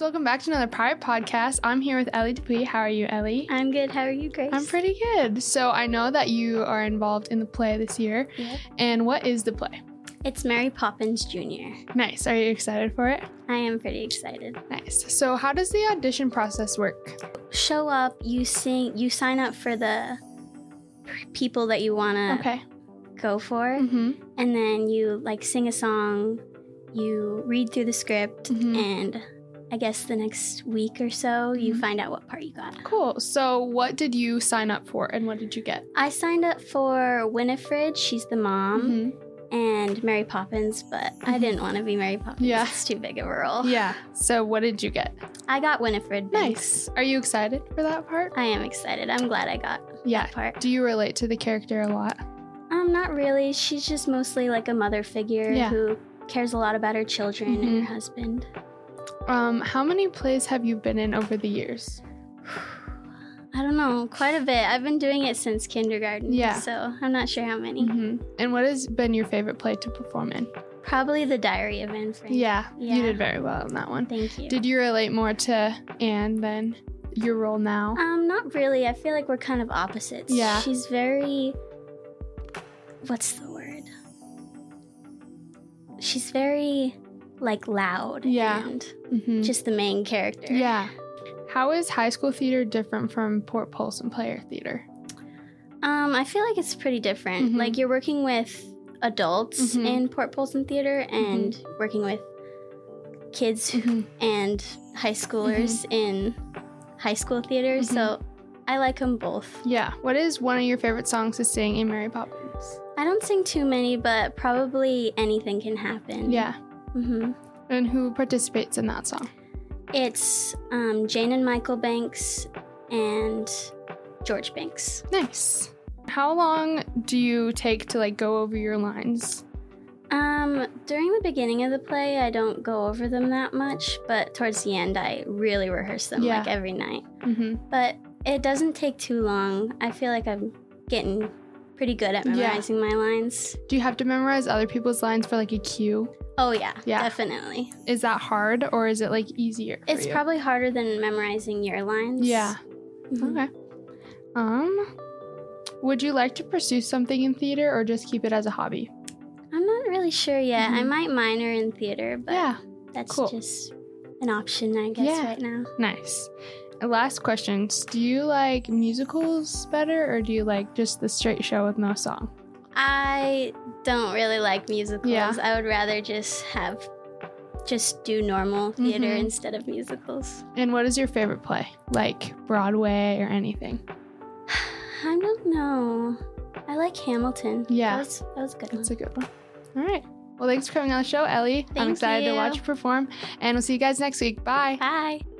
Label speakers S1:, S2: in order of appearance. S1: welcome back to another Pirate Podcast. I'm here with Ellie Dupuy. How are you, Ellie?
S2: I'm good. How are you, Grace?
S1: I'm pretty good. So I know that you are involved in the play this year.
S2: Yep.
S1: And what is the play?
S2: It's Mary Poppins Jr.
S1: Nice. Are you excited for it?
S2: I am pretty excited.
S1: Nice. So how does the audition process work?
S2: Show up. You sing. You sign up for the p- people that you wanna
S1: Okay.
S2: go for,
S1: Mm-hmm.
S2: and then you like sing a song. You read through the script,
S1: Mhm.
S2: and I guess the next week or so, you
S1: Mhm.
S2: find out what part you got.
S1: Cool. So what did you sign up for and what did you get?
S2: I signed up for Winifred. She's the mom.
S1: Mm-hmm.
S2: and Mary Poppins, but I
S1: Mhm.
S2: didn't want to be Mary Poppins.
S1: Yeah.
S2: It's too big of a role.
S1: Yeah. So what did you get?
S2: I got Winifred. Banks.
S1: Nice. Are you excited for that part?
S2: I am excited. I'm glad I got
S1: Yeah.
S2: that part.
S1: Do you relate to the character a lot?
S2: Um, not really. She's just mostly like a mother figure
S1: Yeah. Mm-hmm.
S2: who cares a lot about her children and her husband.
S1: Um, how many plays have you been in over the years?
S2: I don't know, quite a bit. I've been doing it since kindergarten.
S1: Yeah.
S2: So I'm not sure how many.
S1: Mm-hmm. And what has been your favorite play to perform in?
S2: Probably the Diary of Anne Frank.
S1: Yeah, you
S2: Yeah.
S1: did very well on that one.
S2: Thank you.
S1: Did you relate more to Anne than your role now?
S2: Um, not really. I feel like we're kind of opposites.
S1: Yeah.
S2: She's very. What's the word? She's very, like, loud.
S1: Yeah.
S2: And
S1: Mm-hmm.
S2: just the main character.
S1: Yeah. How is high school theater different from Port Polson Player Theater?
S2: Um, I feel like it's pretty different.
S1: Mhm.
S2: Like, you're working with adults
S1: Mhm.
S2: in Port Polson Theater and working with kids and high schoolers in high school theater. So I like them both.
S1: Yeah. What is one of your favorite songs to sing in Mary Poppins?
S2: I don't sing too many, but probably anything can happen.
S1: Yeah.
S2: hmm
S1: And who participates in that song?
S2: It's um, Jane and Michael Banks and George Banks.
S1: Nice. How long do you take to like go over your lines?
S2: Um, during the beginning of the play, I don't go over them that much, but towards the end, I really rehearse them
S1: Yeah.
S2: like every night.
S1: Mm-hmm.
S2: But it doesn't take too long. I feel like I'm getting pretty good at
S1: Yeah.
S2: memorizing my lines.
S1: Do you have to memorize other people's lines for like a cue?
S2: Oh, yeah,
S1: Yeah.
S2: definitely.
S1: Is that hard or is it like easier? for
S2: It's
S1: you?
S2: probably harder than memorizing your lines.
S1: Yeah.
S2: Mhm.
S1: Okay. Um, would you like to pursue something in theater or just keep it as a hobby?
S2: I'm not really sure yet. I
S1: Mhm.
S2: might minor in theater, but
S1: yeah.
S2: that's
S1: cool.
S2: just an option, I guess,
S1: Yeah.
S2: right now.
S1: Nice. And Last questions. Do you like musicals better or do you like just the straight show with no song?
S2: I don't really like musicals.
S1: Yeah.
S2: I would rather just have just do normal theater
S1: Mhm.
S2: instead of musicals.
S1: And what is your favorite play? Like Broadway or anything?
S2: I don't know. I like Hamilton.
S1: Yeah.
S2: That was, that was a good one.
S1: That's a good one. All right. Well, thanks for coming on the show, Ellie. I'm
S2: Thank
S1: excited to
S2: you.
S1: watch you perform, and we'll see you guys next week. Bye.
S2: Bye.